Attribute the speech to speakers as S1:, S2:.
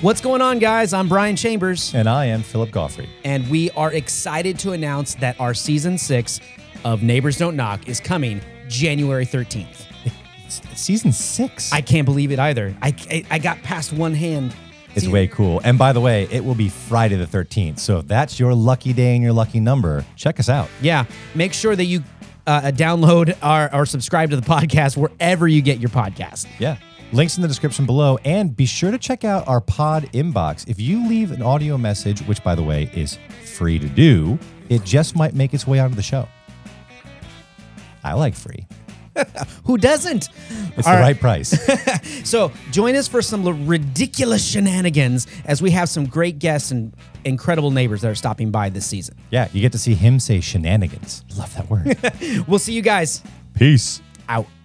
S1: What's going on, guys? I'm Brian Chambers,
S2: And I am Philip Goffrey.
S1: and we are excited to announce that our season six of Neighbors Don't Knock is coming January 13th.
S2: It's season six.
S1: I can't believe it either. I, I, I got past one hand.
S2: it's
S1: See,
S2: way cool. And by the way, it will be Friday the 13th. So if that's your lucky day and your lucky number, check us out.
S1: Yeah. Make sure that you uh, download or, or subscribe to the podcast wherever you get your podcast.
S2: Yeah. Links in the description below. And be sure to check out our pod inbox. If you leave an audio message, which by the way is free to do, it just might make its way onto the show. I like free.
S1: Who doesn't?
S2: It's
S1: All
S2: the
S1: right.
S2: right price.
S1: So join us for some l- ridiculous shenanigans as we have some great guests and incredible neighbors that are stopping by this season.
S2: yeah, you get to see him say shenanigans. Love that word.
S1: We'll see you guys
S2: Peace.
S1: out.